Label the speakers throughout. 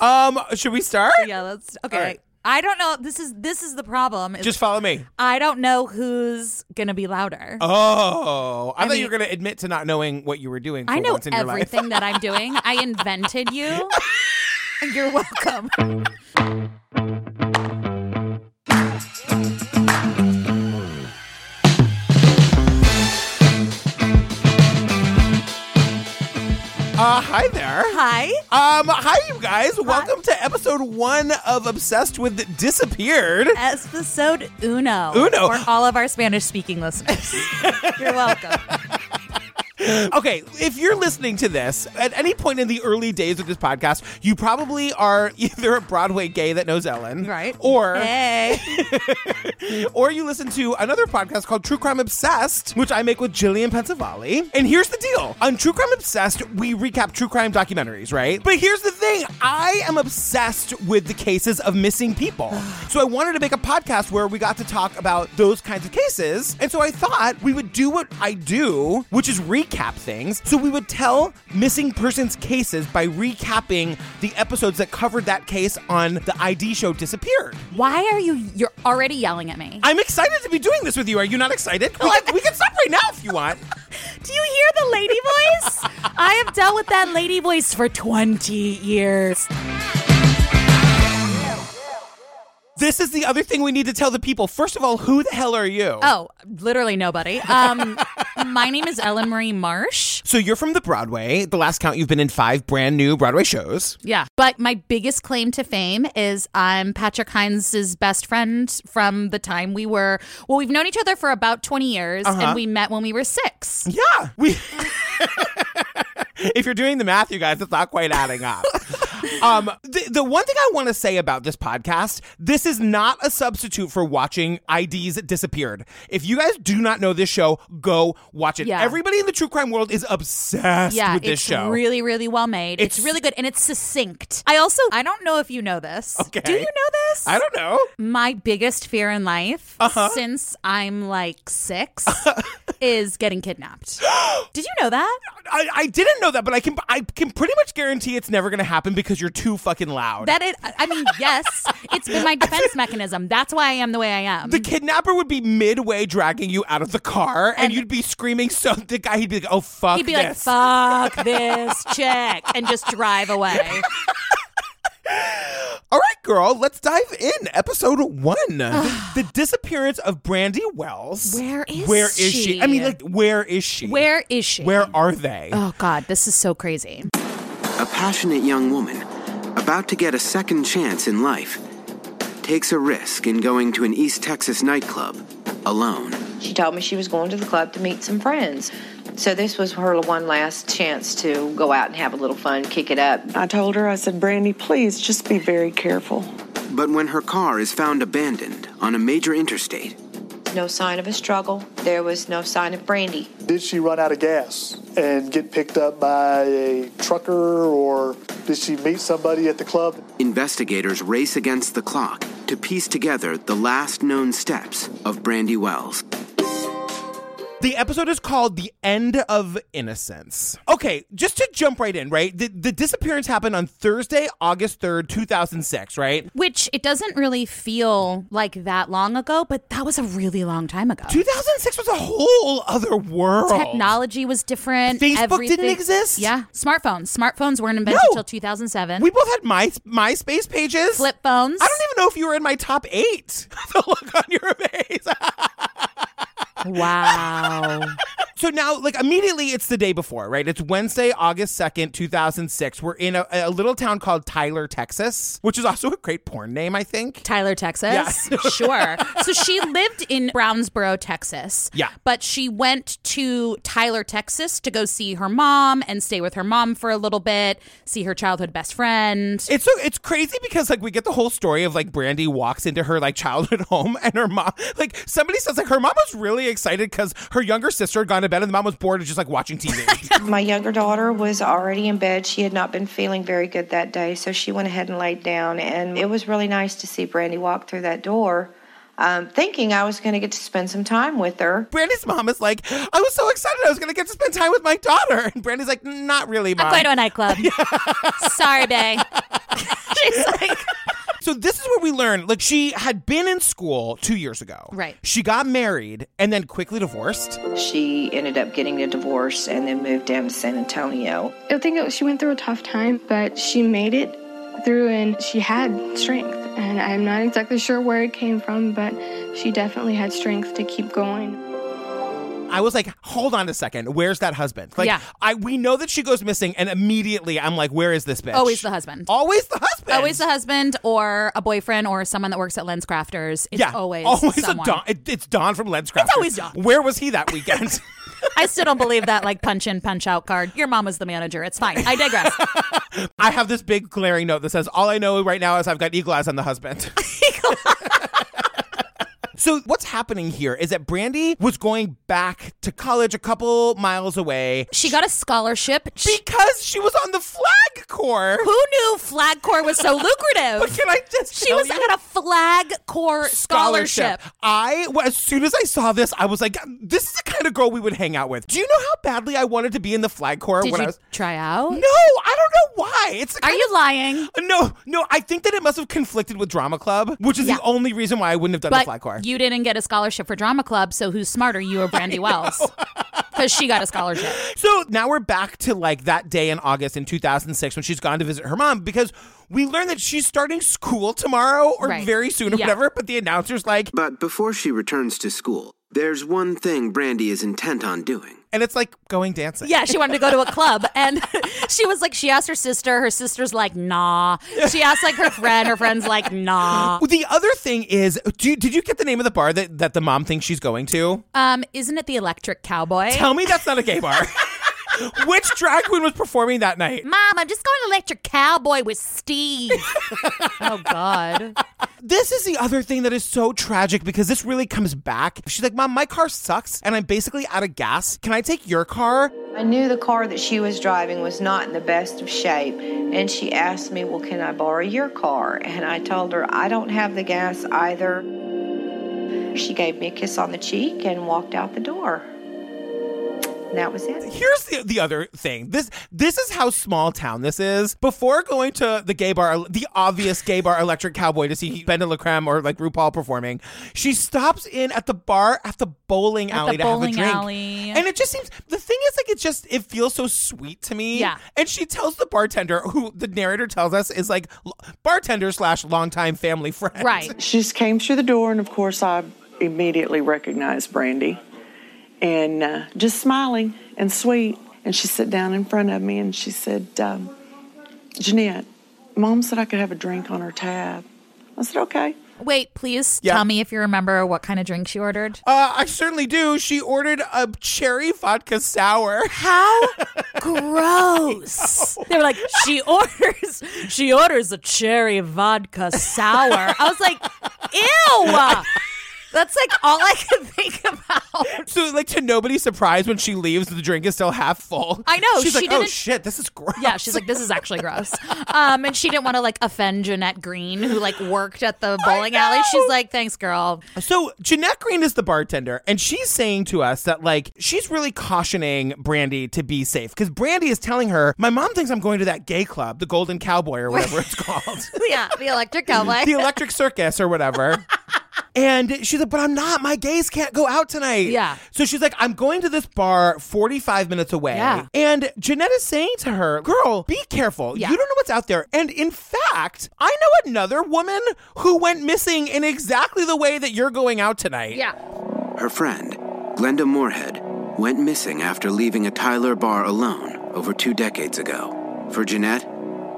Speaker 1: Um, should we start?
Speaker 2: Yeah, let's okay.
Speaker 1: All right.
Speaker 2: I don't know. This is this is the problem. is
Speaker 1: Just follow me.
Speaker 2: I don't know who's gonna be louder.
Speaker 1: Oh, I,
Speaker 2: I
Speaker 1: thought you
Speaker 2: mean-
Speaker 1: were going to admit to not knowing what you were doing. For
Speaker 2: I know
Speaker 1: once in
Speaker 2: everything that I'm doing. I invented you. You're welcome.
Speaker 1: Your life. Uh, hi there.
Speaker 2: Hi.
Speaker 1: Um, hi you guys. Welcome to episode one of Obsessed with Disappeared.
Speaker 2: Episode Uno.
Speaker 1: Uno.
Speaker 2: For all of our Spanish speaking listeners. You're welcome.
Speaker 1: Okay, if you're listening to this at any point in the early days of this podcast, you probably are either a Broadway gay that knows Ellen,
Speaker 2: Right.
Speaker 1: Or
Speaker 2: Hey.
Speaker 1: or you listen to another podcast called True Crime Obsessed, which I make with Jillian Pensavalli. And here's the deal on True Crime Obsessed, we recap true crime documentaries, right? But here's the thing I am obsessed with the cases of missing people. so I wanted to make a podcast where we got to talk about those kinds of cases. And so I thought we would do what I do, which is recap things. So we would tell missing persons cases by recapping the episodes that covered that case on the ID show Disappeared.
Speaker 2: Why are you you're already yelling at me?
Speaker 1: I'm excited to be doing this with you. Are you not excited? We can, we can stop right now if you want.
Speaker 2: Do you hear the lady voice? I have dealt with that lady voice for 20 years.
Speaker 1: This is the other thing we need to tell the people. First of all, who the hell are you?
Speaker 2: Oh, literally nobody. Um, my name is Ellen Marie Marsh.
Speaker 1: So you're from the Broadway. The last count, you've been in five brand new Broadway shows.
Speaker 2: Yeah. But my biggest claim to fame is I'm Patrick Hines' best friend from the time we were, well, we've known each other for about 20 years
Speaker 1: Uh-huh.
Speaker 2: and we met when we were six.
Speaker 1: Yeah, we. if you're doing the math, you guys, it's not quite adding up. um, the, the one thing I want to say about this podcast, this is not a substitute for watching IDs Disappeared. If you guys do not know this show, go watch it.
Speaker 2: Yeah.
Speaker 1: Everybody in the true crime world is obsessed
Speaker 2: Yeah,
Speaker 1: with this
Speaker 2: it's
Speaker 1: show.
Speaker 2: really, really well made. It's,
Speaker 1: It's-
Speaker 2: really good and it's succinct. I also, I don't know if you know this.
Speaker 1: Okay.
Speaker 2: Do you know this?
Speaker 1: I don't Uh-huh. know.
Speaker 2: my biggest fear in life since I'm like six is getting kidnapped. Did you know that?
Speaker 1: I, I didn't know that, but I can I can pretty much guarantee it's never going to happen because you're too fucking loud.
Speaker 2: That it, I mean, yes, it's been my defense mechanism. That's why I am the way I am.
Speaker 1: the kidnapper would be midway dragging you out of the car, and,
Speaker 2: And-
Speaker 1: you'd be screaming. So the guy, he'd be like, "Oh fuck!"
Speaker 2: He'd be like,
Speaker 1: this.
Speaker 2: fuck this chick, and just drive away.
Speaker 1: All right, girl, let's dive in. Episode one: the disappearance of Brandy Wells.
Speaker 2: Where is
Speaker 1: where is she? I mean,
Speaker 2: she?
Speaker 1: like, where is she?
Speaker 2: Where is she?
Speaker 1: Where are they?
Speaker 2: Oh, God, this is so crazy.
Speaker 3: A passionate young woman, about to get a second chance in life, takes a risk in going to an East Texas nightclub alone.
Speaker 4: She told me she was going to the club to meet some friends. So this was her one last chance to go out and have a little fun, kick it up.
Speaker 5: I told her, I said, Brandy, please just be very careful.
Speaker 3: But when her car is found abandoned on a major interstate,
Speaker 4: No sign of a struggle. There was no sign of Brandy.
Speaker 6: Did she run out of gas and get picked up by a trucker, or did she meet somebody at the club?
Speaker 3: investigators race against the clock to piece together the last known steps of Brandy Wells.
Speaker 1: The episode is called The End of Innocence. Okay, just to jump right in, right? The, the disappearance happened on Thursday, August 3rd, 2006, right?
Speaker 2: Which it doesn't really feel like that long ago, but that was a really long time ago.
Speaker 1: 2006 was a whole other world.
Speaker 2: Technology was different.
Speaker 1: Facebook didn't
Speaker 2: everything-
Speaker 1: exist?
Speaker 2: Yeah, smartphones. Smartphones weren't invented
Speaker 1: No.
Speaker 2: until 2007.
Speaker 1: We both had my MySpace pages.
Speaker 2: flip phones.
Speaker 1: I don't even know if you were in my top eight. the look on your face.
Speaker 2: Wow.
Speaker 1: So now, like, immediately it's the day before, right? It's Wednesday, August 2nd, 2006. We're in a, a little town called Tyler, Texas, which is also a great porn name, I think.
Speaker 2: Tyler, Texas. sure. So she lived in Brownsboro, Texas.
Speaker 1: Yeah.
Speaker 2: But she went to Tyler, Texas to go see her mom and stay with her mom for a little bit, see her childhood best friend.
Speaker 1: It's so it's crazy because like we get the whole story of like Brandy walks into her like childhood home and her mom like somebody says like her mom was really excited because her younger sister had gone to bed and the mom was bored of just like watching TV.
Speaker 4: My younger daughter was already in bed. She had not been feeling very good that day, so she went ahead and laid down. And it was really nice to see Brandy walk through that door, um, thinking I was going to get to spend some time with her.
Speaker 1: Brandy's mom is like, I was so excited I was gonna get to spend time with my daughter, and Brandy's like, not really, mom.
Speaker 2: I'm going to a nightclub. Sorry, Bay. She's like,
Speaker 1: So this is where we learn like she had been in school two years ago.
Speaker 2: Right.
Speaker 1: She got married and then quickly divorced.
Speaker 4: She ended up getting a divorce and then moved down to San Antonio.
Speaker 7: I think it, she went through a tough time, but she made it through and she had strength. And I'm not exactly sure where it came from, but she definitely had strength to keep going.
Speaker 1: I was like, hold on a second, where's that husband? Like
Speaker 2: Yeah.
Speaker 1: I we know that she goes missing and immediately I'm like, where is this bitch?
Speaker 2: Always the husband.
Speaker 1: Always the husband.
Speaker 2: Always a husband or a boyfriend or someone that works at Lens Crafters. It's always, someone.
Speaker 1: a Don. It, it's Don from Lenscrafters. It's
Speaker 2: always Don.
Speaker 1: Where was he that weekend?
Speaker 2: I still don't believe that like punch in, punch out card. Your mom was the manager. It's fine. I digress.
Speaker 1: I have this big glaring note that says, "All I know right now is I've got eagle eyes on the husband." So what's happening here is that Brandy was going back to college a couple miles away
Speaker 2: she got a scholarship. She-
Speaker 1: because she was on the flag corps.
Speaker 2: who knew Flag Corps was so lucrative?
Speaker 1: But can I just
Speaker 2: She
Speaker 1: tell
Speaker 2: was
Speaker 1: you?
Speaker 2: on a Flag Corps scholarship.
Speaker 1: I well, as soon as I saw this, I was like, "This is the kind of girl we would hang out with." Do you know how badly I wanted to be in the flag corps
Speaker 2: Did
Speaker 1: when
Speaker 2: you
Speaker 1: I was?
Speaker 2: try out?
Speaker 1: No, I don't know why. It's the
Speaker 2: Are
Speaker 1: kind
Speaker 2: you lying?
Speaker 1: No, no, I think that it must have conflicted with Drama Club, which is
Speaker 2: Yeah.
Speaker 1: the only reason why I wouldn't have done the
Speaker 2: But
Speaker 1: fly car.
Speaker 2: you didn't get a scholarship for drama club, so who's smarter, you or Brandy Wells? Because she got a scholarship.
Speaker 1: so now we're back to like that day in August in 2006 when she's gone to visit her mom because we learn that she's starting school tomorrow or
Speaker 2: Right.
Speaker 1: very soon or
Speaker 2: Yeah.
Speaker 1: whatever, but the announcer's like,
Speaker 3: But before she returns to school, there's one thing Brandy is intent on doing.
Speaker 1: and it's like going dancing.
Speaker 2: Yeah, she wanted to go to a club, and she was like, she asked her sister. Her sister's like, nah. She asked like her friend. Her friend's like, nah.
Speaker 1: Well, The other thing is, do you, did you get the name of the bar that, that the mom thinks she's going to?
Speaker 2: Um, isn't it the Electric Cowboy?
Speaker 1: Tell me that's not a gay bar. Which drag queen was performing that night?
Speaker 2: Mom, I'm just going to Electric Cowboy with Steve. oh God.
Speaker 1: This is the other thing that is so tragic because this really comes back. She's like, Mom, my car sucks and I'm basically out of gas. Can I take your car?
Speaker 4: I knew the car that she was driving was not in the best of shape, and she asked me, Well, can I borrow your car? And I told her, I don't have the gas either. She gave me a kiss on the cheek and walked out the door. And that was it.
Speaker 1: Here's the, the other thing. This this is how small town this is. Before going to the gay bar, the obvious gay bar Electric Cowboy to see Ben and LaCreme or like RuPaul performing, she stops in at the bar at the bowling alley
Speaker 2: the
Speaker 1: to
Speaker 2: bowling
Speaker 1: have a drink.
Speaker 2: alley.
Speaker 1: And it just seems the thing is like it just it feels so sweet to me.
Speaker 2: Yeah.
Speaker 1: And she tells the bartender, who the narrator tells us is like l- bartender slash longtime family friend.
Speaker 2: Right.
Speaker 5: She just came through the door, and of course, I immediately recognized Brandy and uh, just smiling and sweet. And she sat down in front of me and she said, um, Jeanette, mom said I could have a drink on her tab. I said, okay.
Speaker 2: Wait, please
Speaker 1: Yeah.
Speaker 2: tell me if you remember what kind of drink she ordered.
Speaker 1: Uh, I certainly do. She ordered a cherry vodka sour.
Speaker 2: How gross. They were like, she orders she orders a cherry vodka sour. I was like, ew. That's like all I could think about.
Speaker 1: So, like, to nobody's surprise, when she leaves, the drink is still half full.
Speaker 2: I know,
Speaker 1: She's
Speaker 2: she
Speaker 1: like, oh
Speaker 2: didn't-
Speaker 1: shit, this is gross.
Speaker 2: Yeah, she's like, this is actually gross. Um, and she didn't want to like offend Jeanette Green, who like worked at the bowling alley. She's like, thanks, girl.
Speaker 1: So Jeanette Green is the bartender, and she's saying to us that like she's really cautioning Brandy to be safe because Brandy is telling her, "My mom thinks I'm going to that gay club, the Golden Cowboy or whatever it's called,
Speaker 2: Yeah, the electric cowboy.
Speaker 1: the Electric Circus or whatever." And she's like, but I'm not. My gays can't go out tonight.
Speaker 2: Yeah.
Speaker 1: So she's like, I'm going to this bar 45 minutes away.
Speaker 2: Yeah.
Speaker 1: And Jeanette is saying to her, girl, be careful.
Speaker 2: Yeah.
Speaker 1: You don't know what's out there. And in fact, I know another woman who went missing in exactly the way that you're going out tonight.
Speaker 2: yeah.
Speaker 3: Her friend, Glenda Moorhead, went missing after leaving a Tyler bar alone over two decades ago. For Jeanette,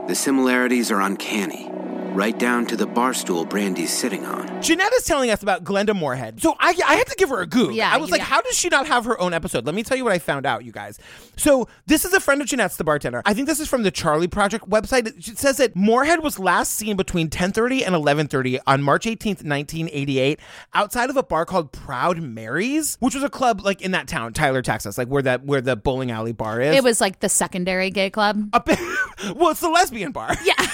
Speaker 3: the similarities are uncanny, right down to the bar stool Brandy's sitting on.
Speaker 1: Jeanette is telling us about Glenda Moorhead. So I, I had to give her a goog.
Speaker 2: Yeah,
Speaker 1: I was
Speaker 2: you
Speaker 1: like,
Speaker 2: got-
Speaker 1: how does she not have her own episode? Let me tell you what I found out, you guys. So this is a friend of Jeanette's, the bartender. I think this is from the Charlie Project website. It says that Moorhead was last seen between 10.30 and 11.30 on March 18th, 1988, outside of a bar called Proud Mary's, which was a club like in that town, Tyler, Texas, like where that where the bowling alley bar is.
Speaker 2: It was like the secondary gay club.
Speaker 1: Up- well, it's the lesbian bar.
Speaker 2: yeah.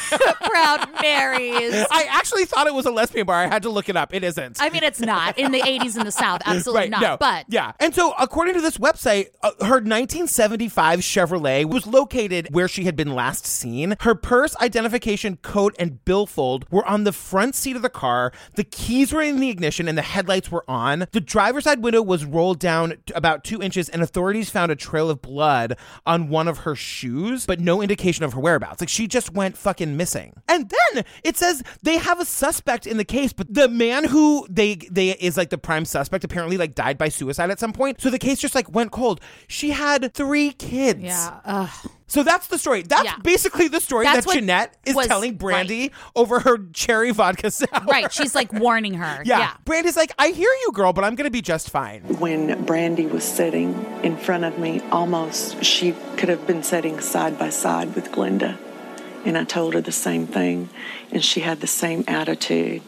Speaker 2: Proud Marys.
Speaker 1: I actually thought it was a lesbian bar. I had to look it up. It isn't.
Speaker 2: I mean, it's not. In the 80s in the South, absolutely
Speaker 1: right,
Speaker 2: not.
Speaker 1: no.
Speaker 2: But
Speaker 1: yeah. And so, according to this website, uh, her 1975 Chevrolet was located where she had been last seen. Her purse, identification, coat, and billfold were on the front seat of the car. The keys were in the ignition, and the headlights were on. The driver's side window was rolled down t- about two inches, and authorities found a trail of blood on one of her shoes, but no indication of her whereabouts. Like she just went fucking missing. And then it says they have a suspect in the case, but the man who they they is like the prime suspect apparently like died by suicide at some point. So the case just like went cold. She had three kids.
Speaker 2: Yeah. Ugh.
Speaker 1: So that's the story. That's
Speaker 2: Yeah.
Speaker 1: basically the story
Speaker 2: That's
Speaker 1: that
Speaker 2: what
Speaker 1: Jeanette is
Speaker 2: was-
Speaker 1: telling Brandy over her cherry vodka sour.
Speaker 2: right. She's like warning her.
Speaker 1: Yeah.
Speaker 2: yeah.
Speaker 1: Brandy's like, I hear you, girl, but I'm gonna be just fine.
Speaker 5: When Brandy was sitting in front of me, almost she could have been sitting side by side with Glenda. And I told her the same thing, and she had the same attitude.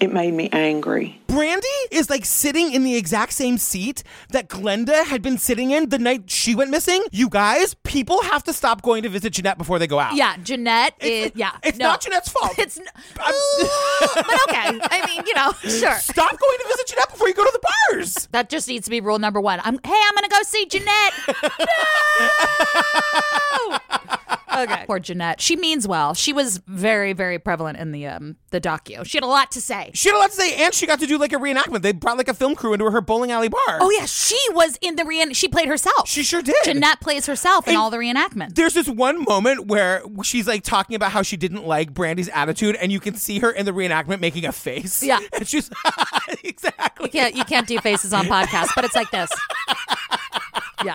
Speaker 5: It made me angry.
Speaker 1: Brandy is like sitting in the exact same seat that Glenda had been sitting in the night she went missing. You guys, people have to stop going to visit Jeanette before they go out.
Speaker 2: Yeah, Jeanette is.
Speaker 1: It's-
Speaker 2: Yeah,
Speaker 1: it's
Speaker 2: no.
Speaker 1: not Jeanette's fault.
Speaker 2: It's n-
Speaker 1: I'm-
Speaker 2: Ooh, but okay. I mean, you know, sure.
Speaker 1: Stop going to visit Jeanette before you go to the bars.
Speaker 2: That just needs to be rule number one. I'm. Hey, I'm gonna go see Jeanette. no. Okay. Poor Jeanette. She means well. She was very, very prevalent in the um the docu. She had a lot to say.
Speaker 1: She had a lot to say, and she got to do like a reenactment. They brought like a film crew into her bowling alley bar.
Speaker 2: Oh yeah, she was in the re. She played herself.
Speaker 1: She sure did.
Speaker 2: Jeanette plays herself in
Speaker 1: And-
Speaker 2: all the reenactments.
Speaker 1: There's this one moment where she's like talking about how she didn't like Brandy's attitude, and you can see her in the reenactment making a face.
Speaker 2: Yeah.
Speaker 1: And she's exactly.
Speaker 2: You can't you can't do faces on podcasts, but it's like this. Yeah.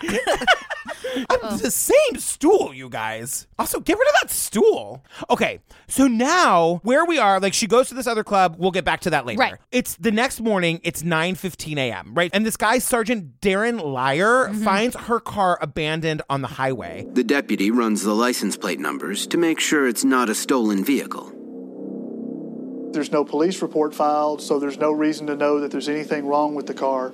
Speaker 1: I'm the same stool, you guys. Also, get rid of that stool. Okay, so now where we are, like she goes to this other club. We'll get back to that later.
Speaker 2: Right.
Speaker 1: It's the next morning. It's 9:15 a.m. Right, and this guy, Sergeant Darren Lyer, finds her car abandoned on the highway.
Speaker 3: The deputy runs the license plate numbers to make sure it's not a stolen vehicle.
Speaker 6: There's no police report filed, so there's no reason to know that there's anything wrong with the car.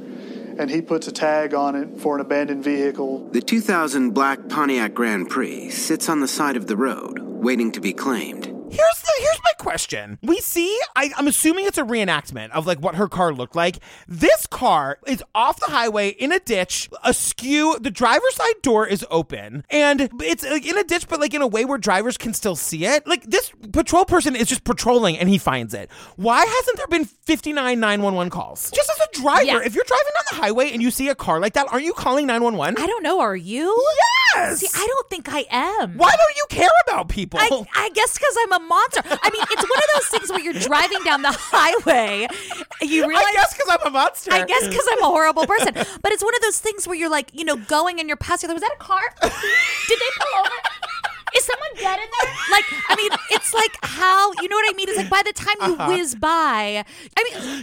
Speaker 6: And he puts a tag on it for an abandoned vehicle.
Speaker 3: The 2000 black Pontiac Grand Prix sits on the side of the road, waiting to be claimed.
Speaker 1: Here's the here's my question. We see, I, I'm assuming it's a reenactment of like what her car looked like. This car is off the highway in a ditch, askew. The driver's side door is open, and it's like in a ditch, but like in a way where drivers can still see it. Like this patrol person is just patrolling, and he finds it. Why hasn't there been 59 911 calls? Just as a driver,
Speaker 2: Yeah.
Speaker 1: if you're driving down the highway and you see a car like that, aren't you calling 911?
Speaker 2: I don't know. Are you?
Speaker 1: Yes.
Speaker 2: See, I don't think I am.
Speaker 1: Why don't you care about people?
Speaker 2: I, I guess because I'm a monster. I mean, it's one of those things where you're driving down the highway, you realize.
Speaker 1: I guess because I'm a monster.
Speaker 2: I guess because I'm a horrible person. But it's one of those things where you're like, you know, going and you're passing. Was that a car? Did they pull over? Is someone dead in there? Like, I mean, it's like how you know what I mean. It's like by the time you whiz by, I mean,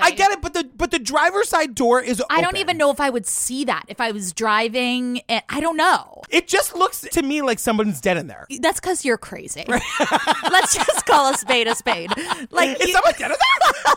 Speaker 1: Uh-huh. No, I get it, but the but the driver's side door is.
Speaker 2: I don't
Speaker 1: open.
Speaker 2: even know if I would see that if I was driving. And I don't know.
Speaker 1: It just looks to me like someone's dead in there. Is
Speaker 2: That's because you're crazy. Let's just call a spade a spade. Like you-
Speaker 1: someone dead in there?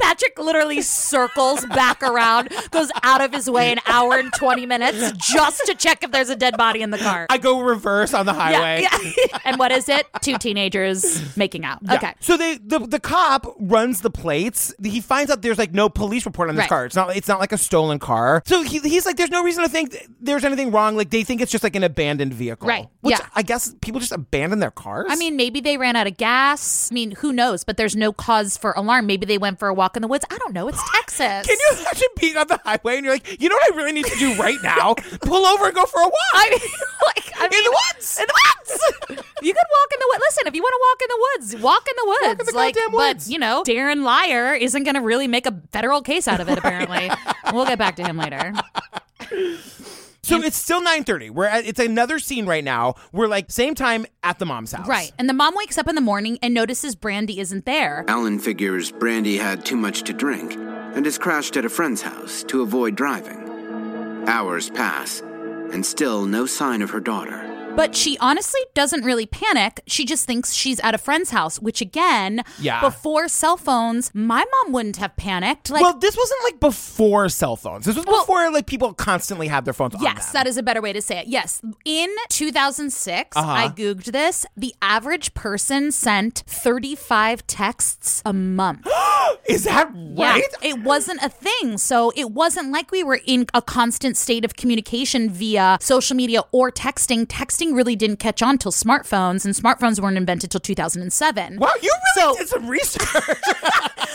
Speaker 2: Patrick literally circles back around, goes out of his way an hour and twenty minutes just to check if there's a dead body in the car.
Speaker 1: I go reverse on the
Speaker 2: yeah,
Speaker 1: highway.
Speaker 2: yeah. and what is it? Two teenagers making out.
Speaker 1: Yeah.
Speaker 2: Okay.
Speaker 1: So they the, the cop runs the plates. He finds out there's like no police report on this
Speaker 2: Right.
Speaker 1: car. It's not it's not like a stolen car. So he, he's like, there's no reason to think th- there's anything wrong. Like they think it's just like an abandoned vehicle.
Speaker 2: Right.
Speaker 1: Which
Speaker 2: Yeah.
Speaker 1: I guess people just abandon their cars.
Speaker 2: I mean, maybe they ran out of gas. I mean, who knows? But there's no cause for alarm. Maybe they went for a walk in the woods. I don't know. It's Texas.
Speaker 1: Can you imagine being on the highway and you're like, you know what I really need to do right now? Pull over and go for a walk.
Speaker 2: I mean, like, I
Speaker 1: In
Speaker 2: mean,
Speaker 1: the woods.
Speaker 2: In the woods. you could walk in the woods. Listen, if you want to walk in the woods, walk in the woods.
Speaker 1: in the
Speaker 2: like,
Speaker 1: goddamn woods.
Speaker 2: But you know, Darren Liar isn't going to really make a federal case out of it. Apparently, we'll get back to him later.
Speaker 1: So it's still 9:30. We're at, it's another scene right now. We're like same time at the mom's house.
Speaker 2: Right. And the mom wakes up in the morning and notices Brandy isn't there.
Speaker 3: Alan figures Brandy had too much to drink and has crashed at a friend's house to avoid driving. Hours pass, and still no sign of her daughter.
Speaker 2: But she honestly doesn't really panic. She just thinks she's at a friend's house, which again,
Speaker 1: Yeah.
Speaker 2: before cell phones, my mom wouldn't have panicked. Like
Speaker 1: well, this wasn't like before cell phones. This was
Speaker 2: Well-
Speaker 1: before like people constantly have their phones on.
Speaker 2: Yes,
Speaker 1: them.
Speaker 2: that is a better way to say it. Yes. In 2006,
Speaker 1: Uh-huh.
Speaker 2: I Googled this. The average person sent 35 texts a month.
Speaker 1: is that right?
Speaker 2: Yeah, it wasn't a thing. So it wasn't like we were in a constant state of communication via social media or texting. Texting really didn't catch on till smartphones, and smartphones weren't invented till 2007.
Speaker 1: Wow, you really
Speaker 2: So-
Speaker 1: did some research.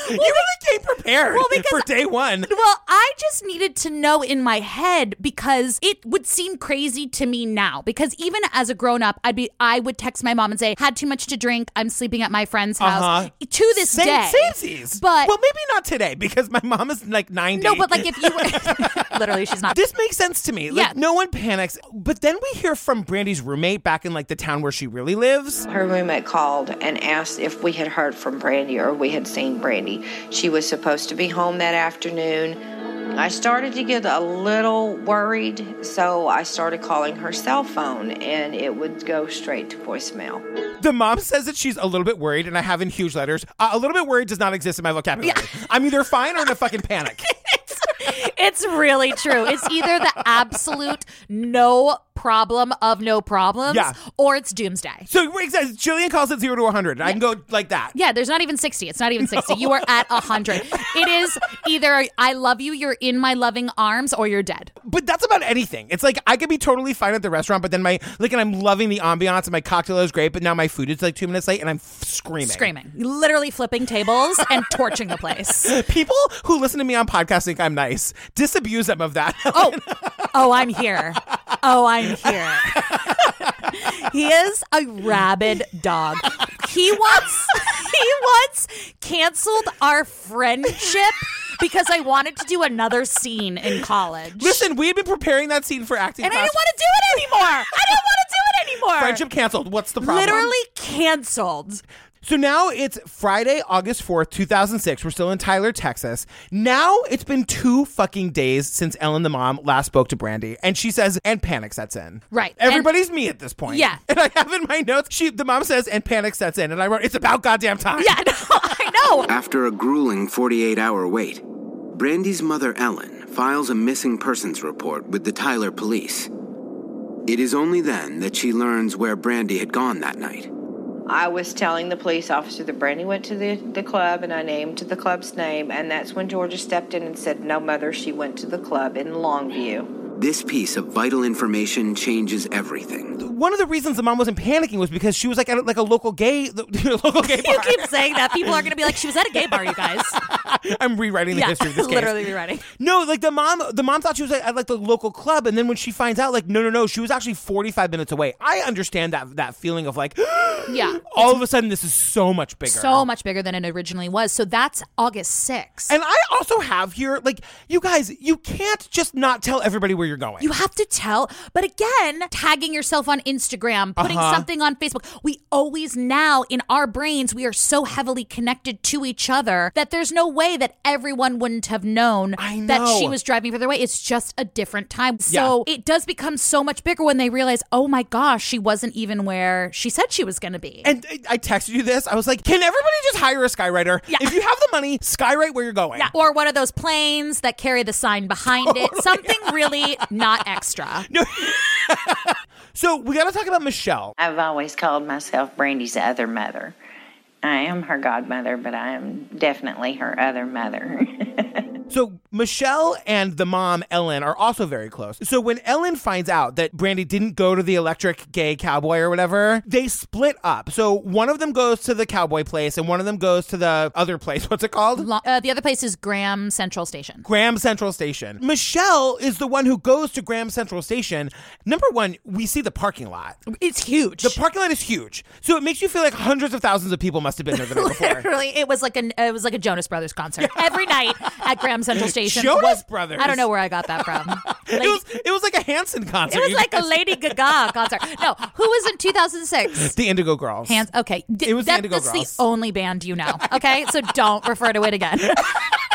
Speaker 1: you really came prepared
Speaker 2: Well, because-
Speaker 1: for day one.
Speaker 2: Well, I just needed to know in my head because it would seem crazy to me now. Because even as a grown up, I'd be I would text my mom and say, "Had too much to drink. I'm sleeping at my friend's house."
Speaker 1: Uh-huh.
Speaker 2: To this
Speaker 1: Same,
Speaker 2: day,
Speaker 1: samesies.
Speaker 2: But
Speaker 1: well, maybe not today because my mom is like 90.
Speaker 2: no, but like if you were literally, she's not.
Speaker 1: This makes sense to me. Like
Speaker 2: Yeah.
Speaker 1: no one panics. But then we hear from Brandy's roommate back in like the town where she really lives.
Speaker 4: Her roommate called and asked if we had heard from Brandy or we had seen Brandy. She was supposed to be home that afternoon. I started to get a little worried, so I started calling her cell phone and it would go straight to voicemail.
Speaker 1: The mom says that she's a little bit worried, and I have in huge letters. Uh, a little bit worried does not exist in my vocabulary. I'm either fine or in a fucking panic.
Speaker 2: It's really true. It's either the absolute no problem of no problems,
Speaker 1: Yeah.
Speaker 2: or it's doomsday.
Speaker 1: so exactly, Jillian calls it zero to 100, and I can go like that.
Speaker 2: Yeah, there's not even 60. It's not even 60. You are at 100. It is either I love you, you're in my loving arms, or you're dead.
Speaker 1: But that's about anything. It's like I could be totally fine at the restaurant, but then my like, and I'm loving the ambiance, and my cocktail is great, but now my food is like two minutes late, and I'm f- screaming,
Speaker 2: Screaming, literally flipping tables and torching the place.
Speaker 1: People who listen to me on podcasts think I'm nice. Disabuse them of that.
Speaker 2: Oh, oh, I'm here. Oh, I'm here. he is a rabid dog. He wants he once canceled our friendship because I wanted to do another scene in college.
Speaker 1: Listen, we had been preparing that scene for acting
Speaker 2: and I
Speaker 1: class.
Speaker 2: didn't want to do it anymore. I didn't want to do it anymore.
Speaker 1: Friendship canceled. What's the problem?
Speaker 2: literally canceled.
Speaker 1: So now it's Friday, August 4th, 2006. We're still in Tyler, Texas. Now it's been two fucking days since Ellen, the mom, last spoke to Brandy. And she says, and panic sets in.
Speaker 2: Right.
Speaker 1: Everybody's me at this point.
Speaker 2: Yeah.
Speaker 1: And I have in my notes, she, the mom says, and panic sets in. And I wrote, it's about goddamn time.
Speaker 2: Yeah, no, I know.
Speaker 3: After a grueling 48 hour wait, Brandy's mother, Ellen, files a missing persons report with the Tyler police. It is only then that she learns where Brandy had gone that night.
Speaker 4: I was telling the police officer that Brandy went to the, the club and I named the club's name, and that's when Georgia stepped in and said, No, mother, she went to the club in Longview.
Speaker 3: This piece of vital information changes everything.
Speaker 1: One of the reasons the mom wasn't panicking was because she was like at like a local gay, local gay bar.
Speaker 2: You keep saying that. People are going to be like, she was at a gay bar, you guys.
Speaker 1: I'm rewriting the
Speaker 2: yeah,
Speaker 1: history of this case.
Speaker 2: literally rewriting.
Speaker 1: No, like the mom, the mom thought she was at, at like the local club, and then when she finds out, like, no, no, no, she was actually forty five minutes away. I understand that that feeling of like,
Speaker 2: Yeah.
Speaker 1: all of a sudden, this is so much bigger.
Speaker 2: So much bigger than it originally was. So that's August 6th.
Speaker 1: And I also have here, like, you guys, you can't just not tell everybody where you're going.
Speaker 2: you have to tell, but again, tagging yourself on Instagram, putting
Speaker 1: Uh-huh.
Speaker 2: something on Facebook. We always now in our brains, we are so heavily connected to each other that there's no way that everyone wouldn't have known
Speaker 1: I
Speaker 2: that she
Speaker 1: know.
Speaker 2: was driving further away. It's just a different time. So it does become so much bigger when they realize, oh my gosh, she wasn't even where she said she was going to be.
Speaker 1: and I- I texted you this. I was like, can everybody just hire a skywriter?
Speaker 2: Yeah.
Speaker 1: If you have the money, skywrite where you're going.
Speaker 2: Yeah, or one of those planes that carry the sign behind it. Something really not extra.
Speaker 1: So we got to talk about Michelle.
Speaker 8: I've always called myself Brandy's other mother. I am her godmother, but I am definitely her other mother.
Speaker 1: So Michelle and the mom, Ellen, are also very close. So when Ellen finds out that Brandy didn't go to the electric gay cowboy or whatever, they split up. So one of them goes to the cowboy place and one of them goes to the other place. What's it called?
Speaker 2: Lo- uh, the other place is Graham Central Station.
Speaker 1: Graham Central Station. Michelle is the one who goes to Graham Central Station. Number one, we see the parking lot.
Speaker 2: It's huge.
Speaker 1: The parking lot is huge. So it makes you feel like hundreds of thousands of people must have been there the night before.
Speaker 2: Literally, it was like an it was like a Jonas Brothers concert every night at Graham Central Station.
Speaker 1: Jonas
Speaker 2: was-
Speaker 1: Brothers.
Speaker 2: I don't know where I got that from. Lady-
Speaker 1: It was, it was like a Hanson concert. you
Speaker 2: like a
Speaker 1: guys.
Speaker 2: Lady Gaga concert. No, who was in 2006?
Speaker 1: The Indigo Girls.
Speaker 2: Hands. Okay, D-
Speaker 1: It was the
Speaker 2: that-
Speaker 1: Indigo
Speaker 2: That's
Speaker 1: Girls.
Speaker 2: the only band you know. Okay, so don't refer to it again.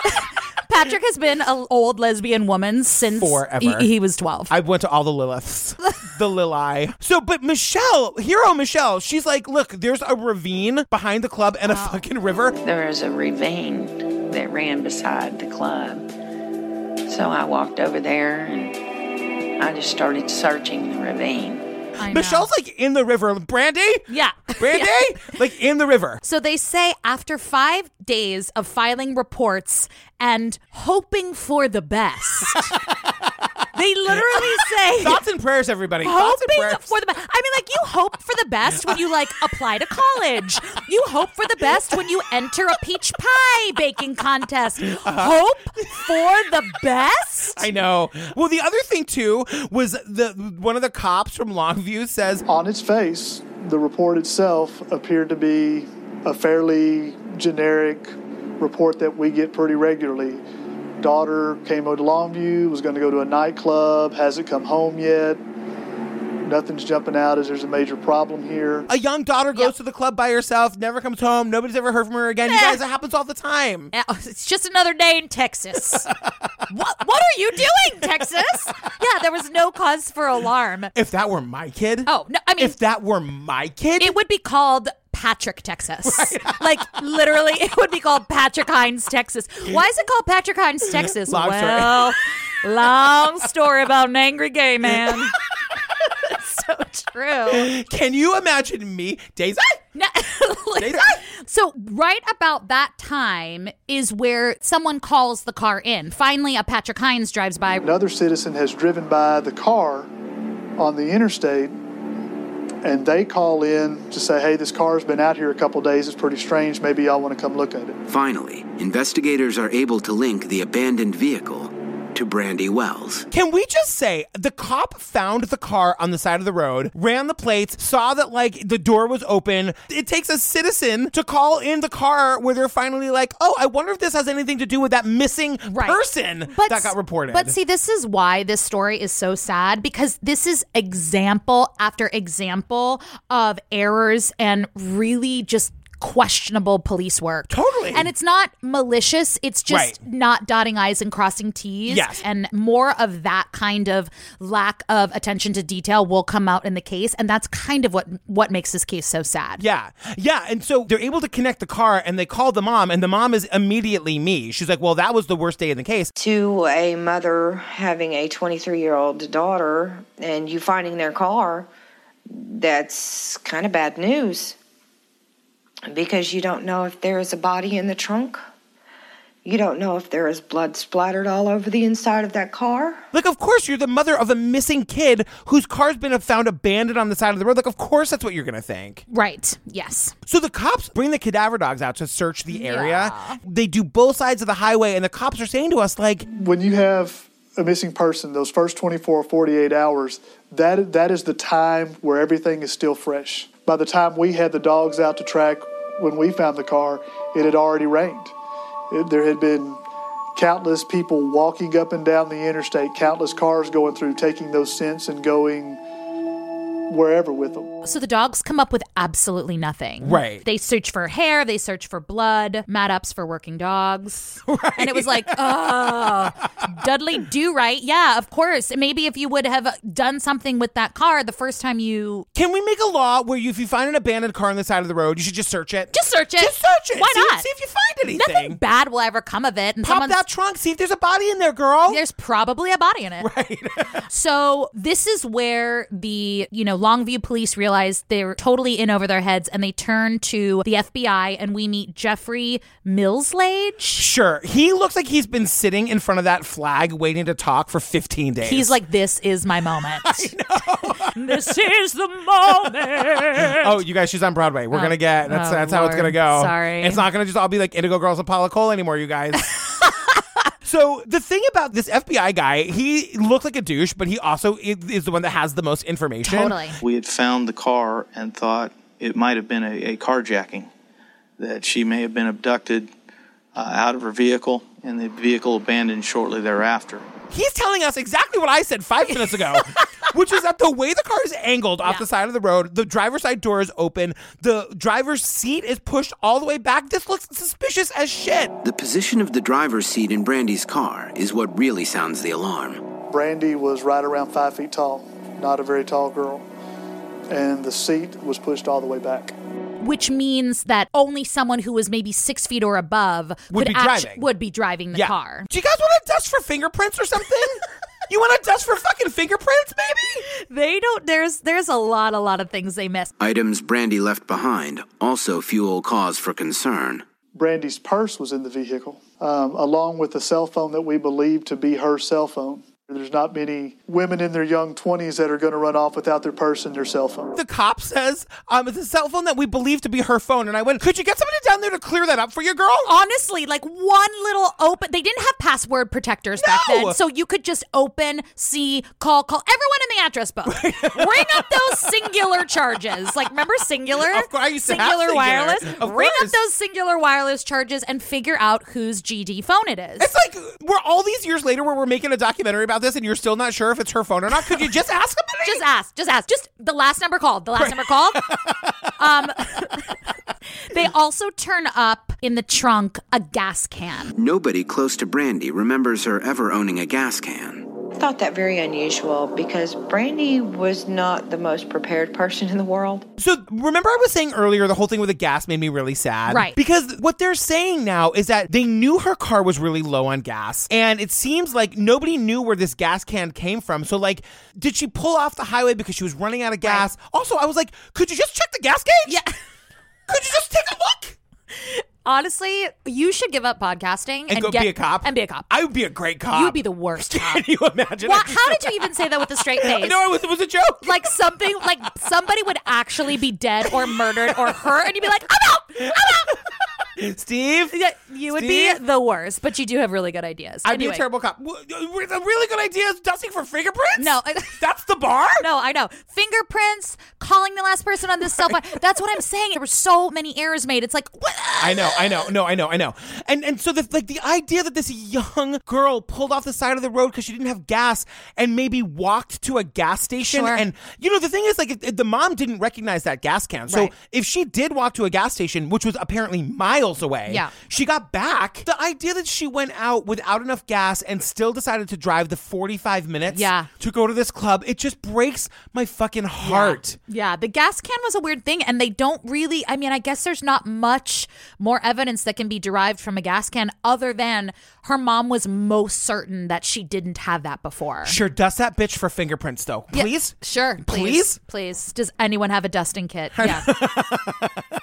Speaker 2: Patrick has been an old lesbian woman since
Speaker 1: Forever.
Speaker 2: He, he was 12.
Speaker 1: I went to all the Liliths, the Lili. So, but Michelle, hero Michelle, she's like, look, there's a ravine behind the club and a
Speaker 2: Oh.
Speaker 1: fucking river.
Speaker 4: There was a ravine that ran beside the club. So I walked over there and I just started searching the ravine.
Speaker 2: I know.
Speaker 1: Michelle's like in the river. Brandy?
Speaker 2: Yeah.
Speaker 1: Brandy? Like in the river.
Speaker 2: So they say after five days of filing reports and hoping for the best, they literally say
Speaker 1: Thoughts and prayers, everybody. Thoughts and
Speaker 2: hoping
Speaker 1: prayers.
Speaker 2: for the best. I mean, like you hope for the best when you like apply to college. You hope for the best when you enter a peach pie baking contest. Hope for the best.
Speaker 1: I know. Well, the other thing too was the one of the cops from Longview says
Speaker 6: On its face, the report itself appeared to be a fairly generic report that we get pretty regularly. Daughter came over to Longview, was going to go to a nightclub, hasn't come home yet. Nothing's jumping out as there's a major problem here.
Speaker 1: a young daughter goes to the club by herself, never comes home, nobody's ever heard from her again. You
Speaker 2: Eh.
Speaker 1: guys, it happens all the time.
Speaker 2: Uh, It's just another day in Texas. what what are you doing, Texas? Yeah, there was no cause for alarm.
Speaker 1: If that were my kid,
Speaker 2: Oh, no, I mean-
Speaker 1: if that were my kid,
Speaker 2: It would be called Patrick, Texas. like literally, it would be called Patrick Hines, Texas. Why is it called Patrick Hines, Texas?
Speaker 1: Long story.
Speaker 2: well, long story about an angry gay man. so true.
Speaker 1: can you imagine me, Daisy?
Speaker 2: No-
Speaker 1: Daisy?
Speaker 2: so right about that time is where someone calls the car in. Finally, a Patrick Hines drives by.
Speaker 6: Another citizen has driven by the car on the interstate and they call in to say, hey, this car's been out here a couple days. It's pretty strange. Maybe y'all want to come look at it.
Speaker 3: Finally, investigators are able to link the abandoned vehicle to Brandy Wells.
Speaker 1: Can we just say the cop found the car on the side of the road, ran the plates, saw that like the door was open. It takes a citizen to call in the car where they're finally like, oh, I wonder if this has anything to do with that missing person that got reported.
Speaker 2: But see, this is why this story is so sad because this is example after example of errors and really just questionable police work.
Speaker 1: Totally.
Speaker 2: And it's not malicious, it's just
Speaker 1: Right.
Speaker 2: not dotting I's and crossing T's.
Speaker 1: Yes.
Speaker 2: And more of that kind of lack of attention to detail will come out in the case. And that's kind of what what makes this case so sad.
Speaker 1: Yeah. Yeah. And so they're able to connect the car and they call the mom, and the mom is immediately me. She's like, Well, that was the worst day in the case.
Speaker 4: To a mother having a 23 year old daughter and you finding their car, that's kind of bad news because you don't know if there is a body in the trunk. You don't know if there is blood splattered all over the inside of that car.
Speaker 1: Like, of course, you're the mother of a missing kid whose car's been found abandoned on the side of the road. Like, of course, that's what you're going to think.
Speaker 2: Right. Yes.
Speaker 1: So the cops bring the cadaver dogs out to search the area. They do both sides of the highway, and the cops are saying to us, like,
Speaker 6: when you have a missing person those first 24 or 48 hours that that is the time where everything is still fresh by the time we had the dogs out to track when we found the car it had already rained It- there had been countless people walking up and down the interstate countless cars going through taking those scents and going wherever with them
Speaker 2: So the dogs come up with absolutely nothing.
Speaker 1: Right.
Speaker 2: They search for hair, they search for blood, Mad Ups for working dogs. And it was like, oh, Dudley Do Right. Yeah, of course. Maybe if you would have done something with that car the first time you
Speaker 1: Can we make a law where you, if you find an abandoned car on the side of the road, you should just search it?
Speaker 2: just search it.
Speaker 1: Just search it.
Speaker 2: Why
Speaker 1: See-
Speaker 2: not?
Speaker 1: See if you find anything.
Speaker 2: Nothing bad will ever come of it. And
Speaker 1: Pop
Speaker 2: someone's
Speaker 1: that trunk. See if there's a body in there, girl.
Speaker 2: there's probably a body in it. Right. so this is where the, you know, Longview police realize they're totally in over their heads and they turn to the FBI and we meet Jeffrey Millslage.
Speaker 1: Sure. He looks like he's been sitting in front of that flag waiting to talk for 15 days.
Speaker 2: He's like, this is my moment. this is the moment.
Speaker 1: Oh, you guys, she's on Broadway. We're gonna get that's
Speaker 2: Oh,
Speaker 1: that's how it's gonna
Speaker 2: Lord.
Speaker 1: go.
Speaker 2: Sorry.
Speaker 1: it's not gonna just all be like Indigo Girls and Paula Cole anymore, you guys. So the thing about this FBI guy, he looks like a douche, but he also i- is the one that has the most information.
Speaker 2: Totally.
Speaker 9: We had found the car and thought it might have been a, a carjacking, that she may have been abducted uh, out of her vehicle and the vehicle abandoned shortly thereafter.
Speaker 1: He's telling us exactly what I said five minutes ago, which is that the way the car is angled off the side of the road, the driver's side door is open, the driver's seat is pushed all the way back. This looks suspicious as shit.
Speaker 3: The position of the driver's seat in Brandy's car is what really sounds the alarm.
Speaker 6: Brandy was right around five feet tall, not a very tall girl, and the seat was pushed all the way back.
Speaker 2: Which means that only someone who was maybe six feet or above
Speaker 1: Would
Speaker 2: could
Speaker 1: be
Speaker 2: act-
Speaker 1: driving.
Speaker 2: would be driving the car.
Speaker 1: Do you guys want to dust for fingerprints or something? you want to dust for fucking fingerprints, maybe?
Speaker 2: They don't there's there's a lot, a lot of things they miss.
Speaker 3: Items Brandy left behind also fuel cause for concern.
Speaker 6: Brandy's purse was in the vehicle, um, along with a cell phone that we believe to be her cell phone. There's not many women in their young 20s that are going to run off without their purse and their cell phone.
Speaker 1: The cop says um, it's a cell phone that we believe to be her phone, and I went, "Could you get somebody down there to clear that up for you, girl?"
Speaker 2: Honestly, like one little open they didn't have password protectors back
Speaker 1: No!
Speaker 2: then. So you could just open, see, call, call everyone in the address book. Ring up those singular charges. Like remember singular?
Speaker 1: Of course, I used to have
Speaker 2: singular
Speaker 1: Singular.
Speaker 2: wireless.
Speaker 1: Of
Speaker 2: Ring
Speaker 1: course.
Speaker 2: up those singular wireless charges and figure out whose GD phone it is.
Speaker 1: It's like we're all these years later where we're making a documentary about this, and you're still not sure if it's her phone or not. Could you just ask somebody?
Speaker 2: just ask just ask just the last number called the last number called um they also turn up in the trunk a gas can
Speaker 3: Nobody close to Brandy remembers her ever owning a gas can.
Speaker 4: I thought that very unusual because Brandy was not the most prepared person in the world.
Speaker 1: So remember, I was saying earlier the whole thing with the gas made me really sad.
Speaker 2: Right.
Speaker 1: Because what they're saying now is that they knew her car was really low on gas, and it seems like nobody knew where this gas can came from. So like, did she pull off the highway because she was running out of gas? Also, I was like, could you just check the gas gauge?
Speaker 2: Yeah.
Speaker 1: Could you just take a look?
Speaker 2: honestly you should give up podcasting and,
Speaker 1: And, go
Speaker 2: get-
Speaker 1: be a cop.
Speaker 2: and be a cop
Speaker 1: I would be a great cop.
Speaker 2: you'd be the worst
Speaker 1: Can
Speaker 2: cop
Speaker 1: you imagine?
Speaker 2: well, how did you even say that with a straight face
Speaker 1: No, it was, it was a joke.
Speaker 2: like something like somebody would actually be dead or murdered or hurt and you'd be like i'm out i'm out
Speaker 1: Steve,
Speaker 2: Yeah, you would be
Speaker 1: Steve?
Speaker 2: the worst but you do have really good ideas
Speaker 1: I'd be
Speaker 2: Anyway.
Speaker 1: a terrible cop. W- w- A really good idea is dusting for fingerprints?
Speaker 2: No.
Speaker 1: That's the bar?
Speaker 2: No, I know. Fingerprints, calling the last person on this cell phone. That's what I'm saying. There were so many errors made. It's like, what?
Speaker 1: I know, I know, no, I know, I know. And and so the like the idea that this young girl pulled off the side of the road because she didn't have gas and maybe walked to a gas station
Speaker 2: Sure.
Speaker 1: and you know the thing is like if- if the mom didn't recognize that gas can. So
Speaker 2: Right.
Speaker 1: if she did walk to a gas station, which was apparently miles away,
Speaker 2: Yeah.
Speaker 1: she got back. The idea that she went out without enough gas and still decided to drive the 45 minutes
Speaker 2: Yeah.
Speaker 1: to go to this club, it just breaks my fucking heart.
Speaker 2: Yeah, the gas can was a weird thing, and they don't really. I mean, I guess there's not much more evidence that can be derived from a gas can other than her mom was most certain that she didn't have that before.
Speaker 1: Sure, dust that bitch for fingerprints though.
Speaker 2: Yeah,
Speaker 1: Please?
Speaker 2: sure. Please?
Speaker 1: Please?
Speaker 2: Please. Does anyone have a dusting kit? Yeah.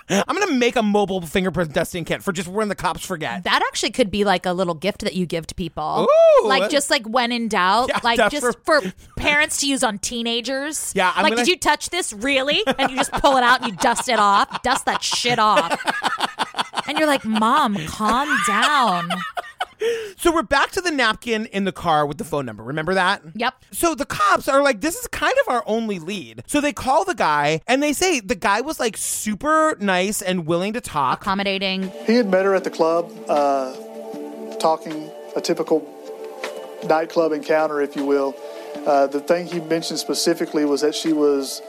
Speaker 1: I'm gonna make a mobile fingerprint testing kit for just when the cops forget.
Speaker 2: That actually could be like a little gift that you give to people.
Speaker 1: Ooh.
Speaker 2: Like just like when in doubt,
Speaker 1: Yeah,
Speaker 2: like
Speaker 1: that
Speaker 2: just for,
Speaker 1: for-
Speaker 2: parents to use on teenagers.
Speaker 1: Yeah, I'm
Speaker 2: like
Speaker 1: gonna-
Speaker 2: did you touch this really? And you just pull it out and you dust it off, dust that shit off. And you're like, "Mom, calm down."
Speaker 1: So we're back to the napkin in the car with the phone number. Remember that?
Speaker 2: Yep.
Speaker 1: So the cops are like, this is kind of our only lead. So they call the guy and they say the guy was like super nice and willing to talk.
Speaker 2: Accommodating.
Speaker 6: He had met her at the club, uh, talking a typical nightclub encounter, if you will. Uh, the thing he mentioned specifically was that she was,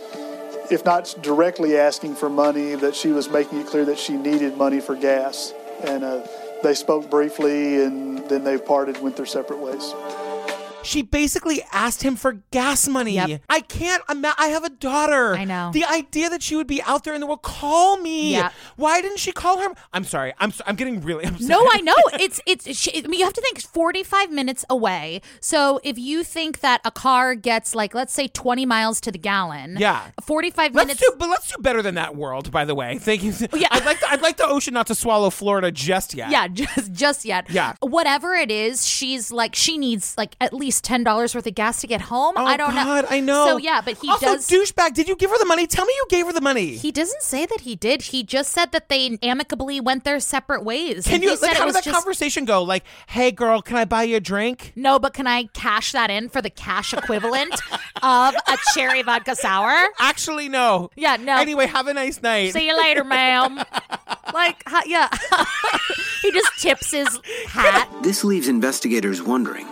Speaker 6: if not directly asking for money, that she was making it clear that she needed money for gas. And uh, they spoke briefly, and then they parted, went their separate ways.
Speaker 1: She basically asked him for gas money.
Speaker 2: Yep.
Speaker 1: I can't. ima- I have a daughter.
Speaker 2: I know.
Speaker 1: The idea that she would be out there in the world. Call me.
Speaker 2: Yep.
Speaker 1: Why didn't she call her? I'm sorry. I'm so, I'm getting really. i
Speaker 2: No, I know. It's it's. She, I mean, you have to think forty five minutes away. So if you think that a car gets like let's say twenty miles to the gallon,
Speaker 1: Yeah.
Speaker 2: forty five
Speaker 1: Let's
Speaker 2: minutes.
Speaker 1: do, but let's do better than that world. By the way, thank you.
Speaker 2: yeah.
Speaker 1: I'd like the, I'd like the ocean not to swallow Florida just yet.
Speaker 2: yeah, just just yet.
Speaker 1: Yeah.
Speaker 2: Whatever it is, she's like she needs like at least ten dollars worth of gas to get home.
Speaker 1: Oh,
Speaker 2: I don't
Speaker 1: God,
Speaker 2: know.
Speaker 1: I know.
Speaker 2: So yeah, but he
Speaker 1: also,
Speaker 2: does.
Speaker 1: douchebag. Did you give her the money? Tell me you gave her the money.
Speaker 2: he doesn't say that he did. He just said that they amicably went their separate ways.
Speaker 1: can
Speaker 2: And
Speaker 1: you?
Speaker 2: he said
Speaker 1: Like,
Speaker 2: it
Speaker 1: how did
Speaker 2: was
Speaker 1: that
Speaker 2: just,
Speaker 1: conversation go? Like, hey, girl, can I buy you a drink?
Speaker 2: No, but can I cash that in for the cash equivalent of a cherry vodka sour?
Speaker 1: Actually, no.
Speaker 2: Yeah, no.
Speaker 1: Anyway, have a nice night.
Speaker 2: See you later, ma'am. Like, ha- yeah. he just tips his hat.
Speaker 3: This leaves investigators wondering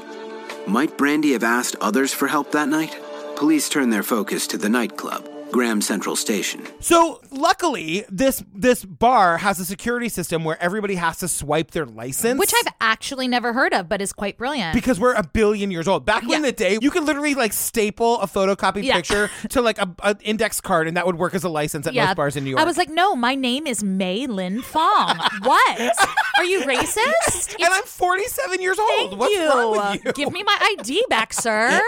Speaker 3: might Brandy have asked others for help that night? Police turn their focus to the nightclub, Graham Central Station.
Speaker 1: So luckily, this this bar has a security system where everybody has to swipe their license,
Speaker 2: Which I've actually never heard of, but is quite brilliant.
Speaker 1: because we're a billion years old. Back in
Speaker 2: Yeah.
Speaker 1: the day, you could literally like staple a photocopied
Speaker 2: Yeah.
Speaker 1: picture to like a, an index card, and that would work as a license at
Speaker 2: yeah,
Speaker 1: most bars in New York.
Speaker 2: I was like, no, my name is May Lin Fong. what? Are you racist?
Speaker 1: and I'm 47 years old.
Speaker 2: Thank
Speaker 1: What's
Speaker 2: you.
Speaker 1: wrong with you?
Speaker 2: Give me my ID back, sir.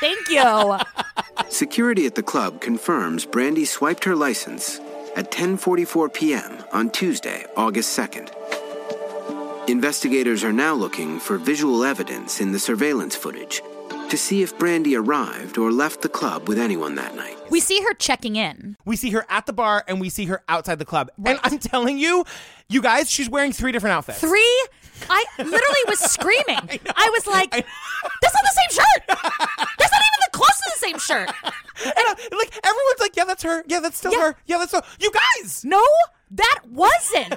Speaker 2: Thank you.
Speaker 3: Security at the club confirms Brandy swiped her license at 10:44 p.m. on Tuesday, August 2nd. Investigators are now looking for visual evidence in the surveillance footage to see if Brandy arrived or left the club with anyone that night.
Speaker 2: We see her checking in.
Speaker 1: We see her at the bar and we see her outside the club. And I'm telling you, you guys, she's wearing three different outfits.
Speaker 2: Three. I literally was screaming. I, was like,
Speaker 1: I-
Speaker 2: "That's not the same shirt. That's not even the close to the same shirt."
Speaker 1: And I- like everyone's like, yeah, that's her. Yeah, that's still
Speaker 2: Yeah.
Speaker 1: her. Yeah, that's still you guys.
Speaker 2: No, that wasn't.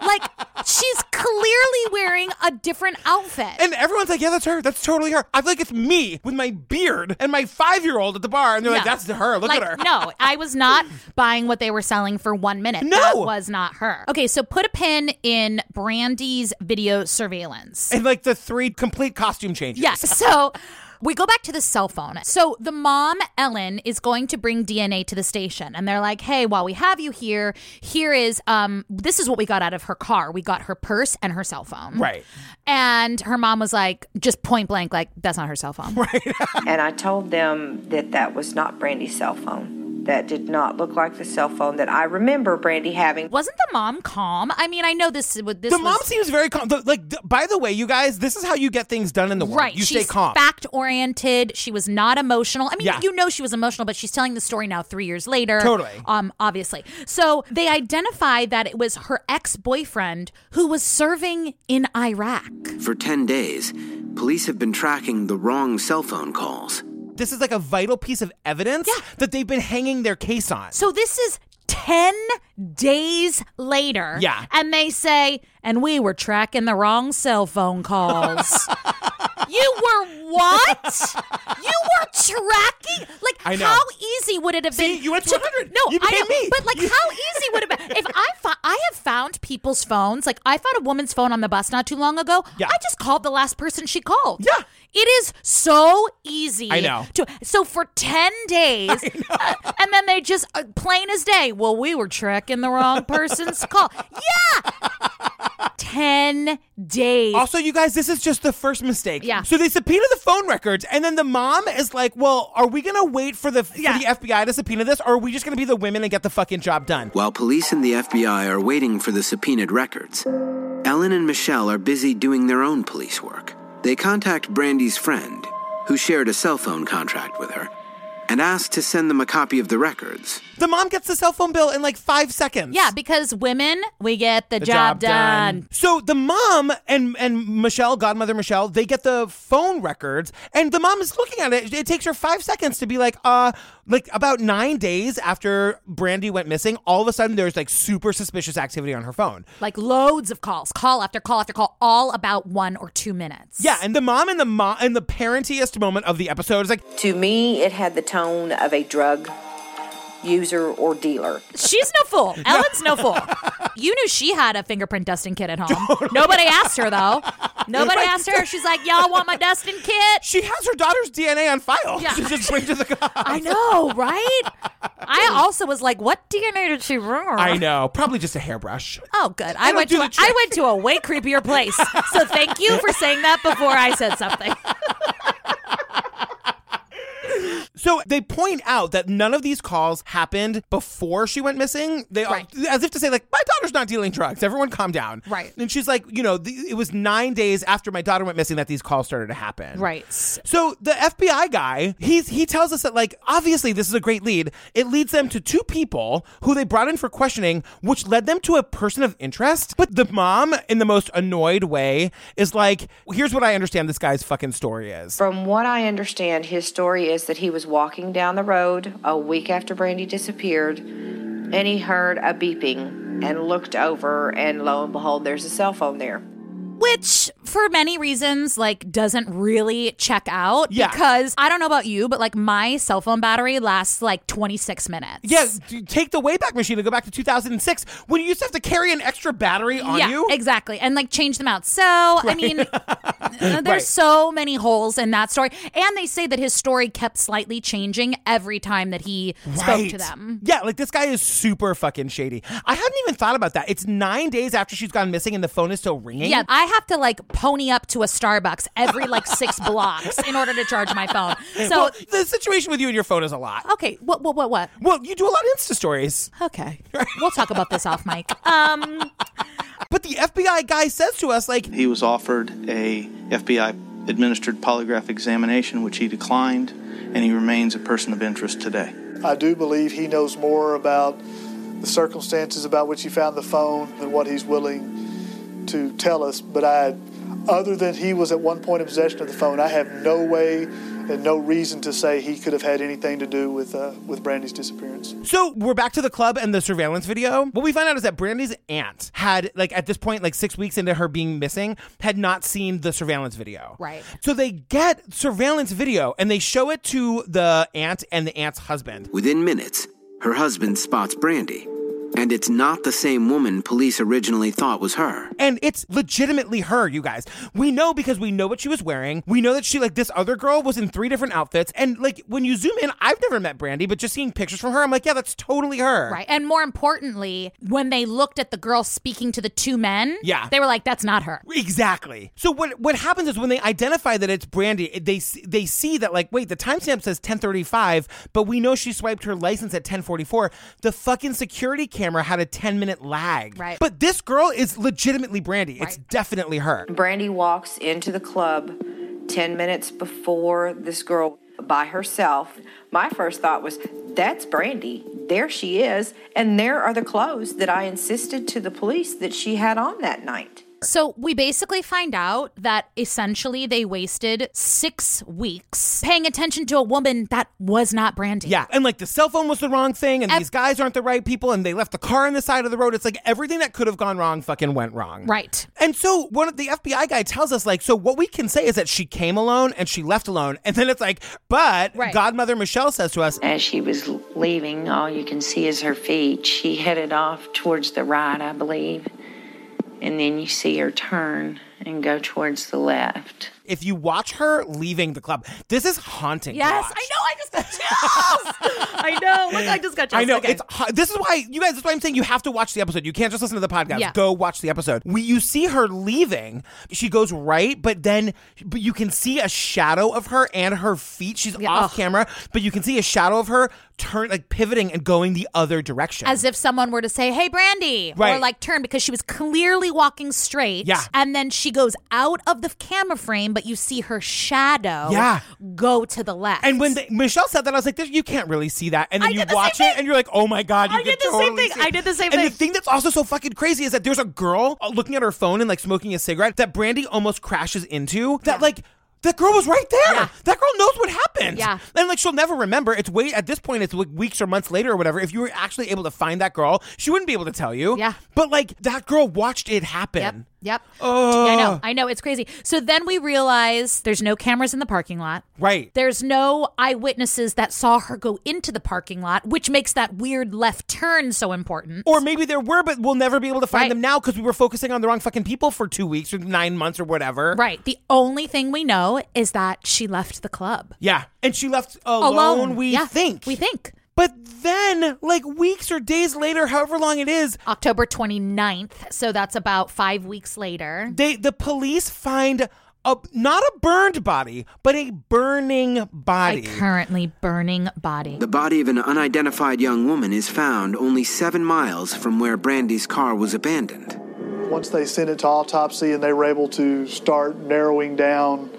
Speaker 2: like, she's clearly wearing a different outfit.
Speaker 1: And everyone's like, yeah, that's her. That's totally her. I feel like it's me with my beard and my five year old at the bar. And they're like,
Speaker 2: Yeah.
Speaker 1: that's her. Look
Speaker 2: Like,
Speaker 1: at her.
Speaker 2: No, I was not buying what they were selling for one minute.
Speaker 1: No.
Speaker 2: That was not her. Okay, so put a pin in Brandy's video surveillance.
Speaker 1: And like the three complete costume changes.
Speaker 2: Yes. So we go back to the cell phone. So the mom, Ellen, is going to bring DNA to the station. And they're like, hey, while we have you here, here is um this is what we got out of her car. We got her purse and her cell phone.
Speaker 1: Right.
Speaker 2: And her mom was like, just point blank, like, that's not her cell phone.
Speaker 4: And I told them that that was not Brandy's cell phone. That did not look like the cell phone that I remember Brandy having.
Speaker 2: Wasn't the mom calm? I mean, I know this would this
Speaker 1: The
Speaker 2: was,
Speaker 1: mom seems very calm. The- like, th- by the way, you guys, this is how you get things done in the world.
Speaker 2: Right.
Speaker 1: You
Speaker 2: she's
Speaker 1: stay calm.
Speaker 2: fact oriented. She was not emotional. I mean,
Speaker 1: Yeah.
Speaker 2: you know she was emotional, but she's telling the story now three years later.
Speaker 1: Totally.
Speaker 2: Um, obviously. So they identify that it was her ex boyfriend who was serving in Iraq.
Speaker 3: For 10 days, police have been tracking the wrong cell phone calls.
Speaker 1: this is like a vital piece of evidence that they've been hanging their case on.
Speaker 2: So this is 10 days later.
Speaker 1: Yeah.
Speaker 2: And they say, and we were tracking the wrong cell phone calls. you were what? You were tracking? Like,
Speaker 1: I know.
Speaker 2: how easy would it have
Speaker 1: See,
Speaker 2: been?
Speaker 1: you went to 100.
Speaker 2: No,
Speaker 1: You
Speaker 2: I
Speaker 1: became
Speaker 2: know.
Speaker 1: me.
Speaker 2: But, like,
Speaker 1: You-
Speaker 2: how easy would it have been? If I, fo- I have found people's phones, like, I found a woman's phone on the bus not too long ago.
Speaker 1: Yeah.
Speaker 2: I just called the last person she called.
Speaker 1: Yeah.
Speaker 2: It is so easy.
Speaker 1: I know.
Speaker 2: To, so for 10 days, uh, and then they just, uh, plain as day, well, we were tracking the wrong person's call. Yeah. 10 days.
Speaker 1: Also, you guys, this is just the first mistake.
Speaker 2: Yeah.
Speaker 1: So they subpoena the phone records, and then the mom is like, "Well, are we gonna wait for the for
Speaker 2: Yeah.
Speaker 1: the FBI to subpoena this, or are we just gonna be the women and get the fucking job done?"
Speaker 3: While police and the FBI are waiting for the subpoenaed records, Ellen and Michelle are busy doing their own police work. They contact Brandy's friend, who shared a cell phone contract with her, and ask to send them a copy of the records.
Speaker 1: The mom gets the cell phone bill in like five seconds.
Speaker 2: yeah, because women, we get the,
Speaker 1: The
Speaker 2: job, done.
Speaker 1: So the mom and and Michelle, godmother Michelle, they get the phone records, and the mom is looking at it. It takes her five seconds to be like, uh, like about nine days after Brandy went missing, all of a sudden there's like super suspicious activity on her phone.
Speaker 2: Like loads of calls, call after call after call, all about one or two minutes.
Speaker 1: Yeah, and the mom and the mom and the parentiest moment of the episode is like,
Speaker 4: To me, it had the tone of a drug user or dealer.
Speaker 2: She's no fool. Ellen's no fool. You knew she had a fingerprint dusting kit at home. Nobody asked her though. Nobody
Speaker 1: Like-
Speaker 2: asked her. She's like, y'all want my Dustin kit?
Speaker 1: She has her daughter's DNA on file.
Speaker 2: Yeah.
Speaker 1: She just brings to the cops.
Speaker 2: I know, right? I also was like, what DNA did she bring? her?
Speaker 1: I know. Probably just a hairbrush.
Speaker 2: Oh, good.
Speaker 1: I
Speaker 2: I,
Speaker 1: don't
Speaker 2: went
Speaker 1: do
Speaker 2: to a,
Speaker 1: the
Speaker 2: I
Speaker 1: trick.
Speaker 2: went to a way creepier place. So thank you for saying that before I said something.
Speaker 1: So they point out that none of these calls happened before she went missing. They all,
Speaker 2: Right.
Speaker 1: as if to say, like, my daughter's not dealing drugs. Everyone, calm down.
Speaker 2: Right.
Speaker 1: And she's like, you know, the, it was nine days after my daughter went missing that these calls started to happen.
Speaker 2: Right.
Speaker 1: So the FBI guy, he's he tells us that like obviously this is a great lead. It leads them to two people who they brought in for questioning, which led them to a person of interest. But the mom, in the most annoyed way, is like, "Here's what I understand this guy's fucking story is."
Speaker 4: From what I understand, his story is that he was walking down the road a week after Brandy disappeared and he heard a beeping and looked over, and lo and behold, there's a cell phone there.
Speaker 2: Which, for many reasons, like doesn't really check out.
Speaker 1: Yeah.
Speaker 2: Because I don't know about you, but like my cell phone battery lasts like 26 minutes.
Speaker 1: Yeah, d- take the Wayback Machine and go back to 2006 when you used to have to carry an extra battery on
Speaker 2: yeah,
Speaker 1: you.
Speaker 2: exactly. And like change them out. So, I mean, uh, there's
Speaker 1: Right.
Speaker 2: so many holes in that story. And they say that his story kept slightly changing every time that he spoke to
Speaker 1: Right.
Speaker 2: them.
Speaker 1: Yeah, like this guy is super fucking shady. I hadn't even thought about that. It's nine days after she's gone missing and the phone is still ringing.
Speaker 2: Yeah, I have to like pony up to a Starbucks every like six blocks in order to charge my phone. So,
Speaker 1: well, the situation with you and your phone is a lot.
Speaker 2: okay, what, what, what, what?
Speaker 1: Well, you do a lot of Insta stories.
Speaker 2: Okay, we'll talk about this off mic. Um,
Speaker 1: But the FBI guy says to us, like,
Speaker 9: He was offered a FBI administered polygraph examination, which he declined, and he remains a person of interest today.
Speaker 6: I do believe he knows more about the circumstances about which he found the phone than what he's willing to tell us. But I, other than he was at one point in possession of the phone, I have no way and no reason to say he could have had anything to do with uh, with Brandy's disappearance.
Speaker 1: so we're back to the club and the surveillance video. What we find out is that Brandy's aunt had, like, at this point, like six weeks into her being missing, had not seen the surveillance video.
Speaker 2: Right.
Speaker 1: So they get surveillance video and they show it to the aunt and the aunt's husband.
Speaker 3: Within minutes, her husband spots Brandy, and it's not the same woman police originally thought was her.
Speaker 1: And it's legitimately her, you guys. We know because we know what she was wearing. We know that she, like, this other girl was in three different outfits. And, like, when you zoom in, I've never met Brandy, but just seeing pictures from her, I'm like, yeah, that's totally her.
Speaker 2: right. And more importantly, when they looked at the girl speaking to the two men,
Speaker 1: Yeah.
Speaker 2: they were like, that's not her.
Speaker 1: Exactly. So what what happens is when they identify that it's Brandy, they s- they see that like wait the timestamp says 10:35, but we know she swiped her license at 10:44. The fucking security camera had a 10 minute lag.
Speaker 2: Right.
Speaker 1: But this girl is legitimately Brandy. It's definitely her.
Speaker 4: Brandy walks into the club 10 minutes before this girl by herself. My first thought was, that's Brandy. There she is. And there are the clothes that I insisted to the police that she had on that night.
Speaker 2: So we basically find out that essentially they wasted six weeks paying attention to a woman that was not Brandy.
Speaker 1: Yeah, and like the cell phone was the wrong thing, and
Speaker 2: Ev-
Speaker 1: these guys aren't the right people, and they left the car on the side of the road. It's like everything that could have gone wrong fucking went wrong.
Speaker 2: Right.
Speaker 1: And so one of the FBI guy tells us like, so what we can say is that she came alone and she left alone, and then it's like, but
Speaker 2: Right.
Speaker 1: Godmother Michelle says to us,
Speaker 8: As she was leaving, all you can see is her feet. She headed off towards the right, I believe. And then you see her turn and go towards the left.
Speaker 1: if you watch her leaving the club, this is haunting. to
Speaker 2: Yes,
Speaker 1: watch.
Speaker 2: I know. I just got chills. I know. Look, I just got chills.
Speaker 1: I know
Speaker 2: Okay.
Speaker 1: it's ha- this is why you guys. That's why I'm saying you have to watch the episode. You can't just listen to the podcast.
Speaker 2: Yeah.
Speaker 1: Go watch the episode. We you see her leaving. She goes right, but then but you can see a shadow of her and her feet. She's off
Speaker 2: ugh.
Speaker 1: camera, but you can see a shadow of her turn like pivoting and going the other direction.
Speaker 2: as if someone were to say, "Hey, Brandy," or
Speaker 1: Right.
Speaker 2: like turn because she was clearly walking straight.
Speaker 1: Yeah.
Speaker 2: and then she goes out of the camera frame, but you see her shadow.
Speaker 1: Yeah.
Speaker 2: go to the left.
Speaker 1: and when the, Michelle said that, I was like, "This- "You can't really see that." And then
Speaker 2: I
Speaker 1: you
Speaker 2: did the
Speaker 1: watch
Speaker 2: same
Speaker 1: it,
Speaker 2: thing.
Speaker 1: and you're like, "Oh my god!" You
Speaker 2: I
Speaker 1: can
Speaker 2: did the same
Speaker 1: totally
Speaker 2: thing.
Speaker 1: see it.
Speaker 2: I did the same
Speaker 1: And
Speaker 2: thing.
Speaker 1: the thing that's also so fucking crazy is that there's a girl uh, looking at her phone and like smoking a cigarette that Brandy almost crashes into. That like. That girl was right there.
Speaker 2: Yeah.
Speaker 1: That girl knows what happened.
Speaker 2: Yeah.
Speaker 1: And like she'll never remember. It's way at this point, it's like weeks or months later or whatever. If you were actually able to find that girl, she wouldn't be able to tell you.
Speaker 2: Yeah.
Speaker 1: But like that girl watched it happen.
Speaker 2: Yep. Yep.
Speaker 1: Oh.
Speaker 2: I know. I know. It's crazy. So then we realize there's no cameras in the parking lot.
Speaker 1: Right.
Speaker 2: There's no eyewitnesses that saw her go into the parking lot, which makes that weird left turn so important.
Speaker 1: Or maybe there were, but we'll never be able to find
Speaker 2: Right.
Speaker 1: them now because we were focusing on the wrong fucking people for two weeks or nine months or whatever.
Speaker 2: right. The only thing we know is that she left the club
Speaker 1: Yeah. And she left alone, we
Speaker 2: Yeah,
Speaker 1: think.
Speaker 2: We think.
Speaker 1: But then, like weeks or days later, however long it is,
Speaker 2: October 29th. So that's about five weeks later.
Speaker 1: they the police find a not a burned body, but a burning
Speaker 2: A
Speaker 1: body.
Speaker 2: currently burning body.
Speaker 3: The body of an unidentified young woman is found only seven miles from where Brandy's car was abandoned.
Speaker 6: Once they sent it to autopsy and they were able to start narrowing down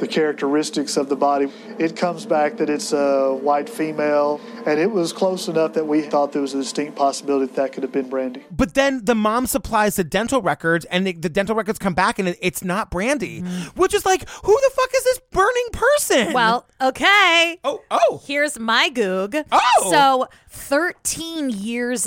Speaker 6: the characteristics of the body, it comes back that it's a white female, and it was close enough that we thought there was a distinct possibility that that could have been Brandy.
Speaker 1: But then the mom supplies the dental records, and the, the dental records come back, and it, it's not Brandy, which is like, who the fuck is this burning person?
Speaker 2: Mm-hmm. Well, okay.
Speaker 1: oh, oh,
Speaker 2: Here's my goog.
Speaker 1: Oh!
Speaker 2: So 13 years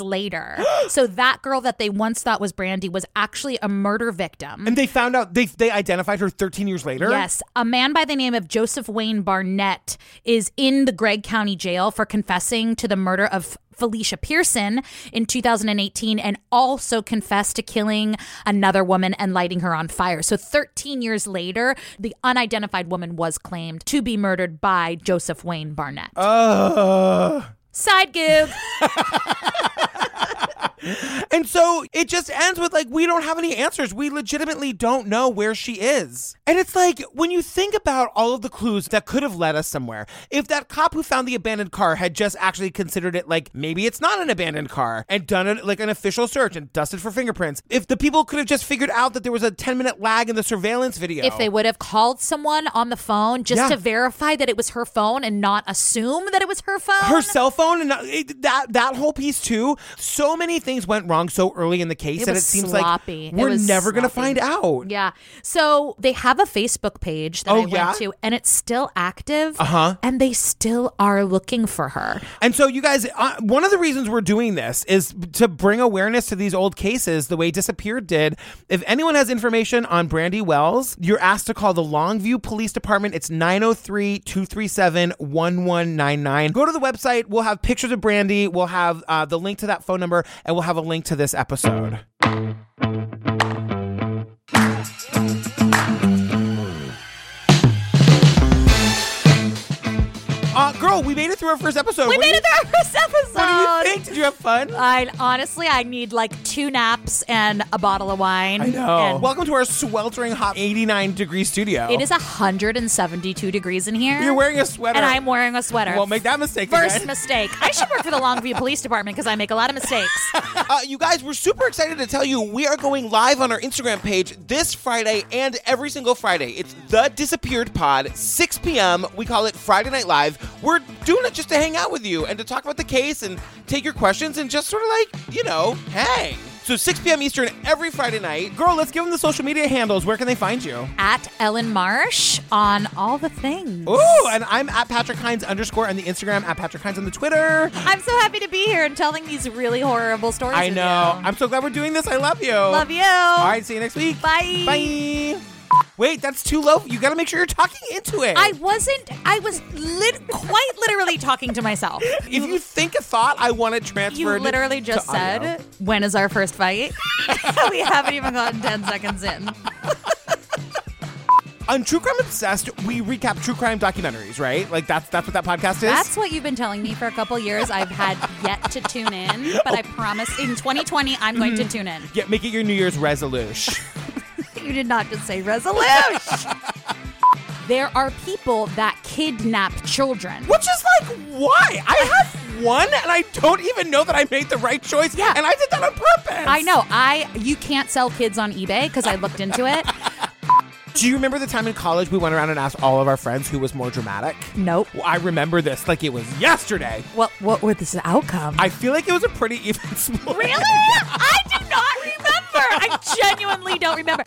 Speaker 2: later. so that girl that they once thought was Brandy was actually a murder victim.
Speaker 1: and they found out they they identified her 13 years later.
Speaker 2: Yes, a man by the name of Joseph Wayne Barnett is in the Gregg County Jail for confessing to the murder of Felicia Pearson in 2018 and also confessed to killing another woman and lighting her on fire. So 13 years later, the unidentified woman was claimed to be murdered by Joseph Wayne Barnett.
Speaker 1: Uh,
Speaker 2: Side gig.
Speaker 1: and so it just ends with like we don't have any answers. We legitimately don't know where she is. And it's like when you think about all of the clues that could have led us somewhere. If that cop who found the abandoned car had just actually considered it like maybe it's not an abandoned car and done it like an official search and dusted for fingerprints. If the people could have just figured out that there was a 10-minute lag in the surveillance video.
Speaker 2: If they would have called someone on the phone just
Speaker 1: Yeah.
Speaker 2: to verify that it was her phone and not assume that it was her phone.
Speaker 1: her cell phone and uh, it, that that whole piece too. So many things went wrong so early in the case
Speaker 2: It
Speaker 1: that it
Speaker 2: was
Speaker 1: seems
Speaker 2: sloppy. It
Speaker 1: like we're
Speaker 2: was
Speaker 1: never gonna
Speaker 2: sloppy.
Speaker 1: find out.
Speaker 2: Yeah. So they have a Facebook page that
Speaker 1: Oh,
Speaker 2: I went
Speaker 1: yeah?
Speaker 2: to and it's still active. Uh-huh. And they still are looking for her.
Speaker 1: And so, you guys, uh, one of the reasons we're doing this is to bring awareness to these old cases, the way Disappeared did. If anyone has information on Brandy Wells, you're asked to call the Longview Police Department. It's 903 237 1199. Go to the website. We'll have pictures of Brandy. We'll have uh, the link to that phone number, and we'll have a link to this episode. Uh, girl, we made it through our first episode.
Speaker 2: We
Speaker 1: What do
Speaker 2: made
Speaker 1: you-
Speaker 2: it through our first episode.
Speaker 1: What do you think? Did you have fun?
Speaker 2: I honestly I need like two naps and a bottle of wine. I
Speaker 1: No. Welcome to our sweltering hot 89 degree studio.
Speaker 2: it is 172 degrees in here.
Speaker 1: You're wearing a sweater.
Speaker 2: and I'm wearing a sweater.
Speaker 1: Won't make that mistake
Speaker 2: First
Speaker 1: again.
Speaker 2: mistake. I should work for the Longview Police Department because I make a lot of mistakes.
Speaker 1: Uh, you guys, we're super excited to tell you we are going live on our Instagram page this Friday and every single Friday. It's The Disappeared Pod, 6 p.m. We call it Friday Night Live. We're doing it just to hang out with you and to talk about the case and take your questions and just sort of like, you know, hang. So 6 p.m. Eastern every Friday night. Girl, let's give them the social media handles. Where can they find you?
Speaker 2: At Ellen Marsh on all the things.
Speaker 1: Ooh, and I'm at Patrick Hines underscore on the Instagram, at Patrick Hines on the Twitter.
Speaker 2: I'm so happy to be here and telling these really horrible stories.
Speaker 1: I
Speaker 2: with
Speaker 1: know.
Speaker 2: you.
Speaker 1: I'm so glad we're doing this. I love you.
Speaker 2: Love you.
Speaker 1: All right, see you next week.
Speaker 2: Bye.
Speaker 1: Bye. Wait, that's too low. You got to make sure you're talking into it.
Speaker 2: I wasn't. I was lit, quite literally talking to myself.
Speaker 1: if you think a thought, I want it transferred.
Speaker 2: You literally
Speaker 1: to
Speaker 2: just said,
Speaker 1: audio.
Speaker 2: "When is our first fight?" we haven't even gotten ten seconds in.
Speaker 1: On True Crime Obsessed, we recap true crime documentaries, right? Like that's that's what that podcast is.
Speaker 2: That's what you've been telling me for a couple years. I've had yet to tune in, but I promise in 2020 I'm going to tune in.
Speaker 1: yeah, make it your New Year's resolution.
Speaker 2: You did not just say resolution. there are people that kidnap children.
Speaker 1: Which is like, why? I have one, and I don't even know that I made the right choice.
Speaker 2: Yeah.
Speaker 1: and I did that on purpose.
Speaker 2: I know. I you can't sell kids on eBay because I looked into it.
Speaker 1: Do you remember the time in college we went around and asked all of our friends who was more dramatic?
Speaker 2: Nope.
Speaker 1: Well, I remember this like it was yesterday.
Speaker 2: What what were this outcome?
Speaker 1: I feel like it was a pretty even split.
Speaker 2: really? I do not remember. I genuinely don't remember.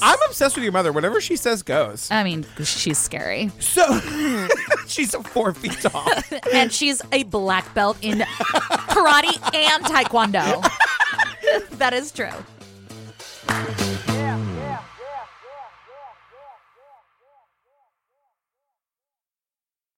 Speaker 1: I'm obsessed with your mother. Whatever she says goes.
Speaker 2: I mean, she's scary,
Speaker 1: So she's four feet tall.
Speaker 2: and she's a black belt in karate and taekwondo. that is true.
Speaker 1: Bye.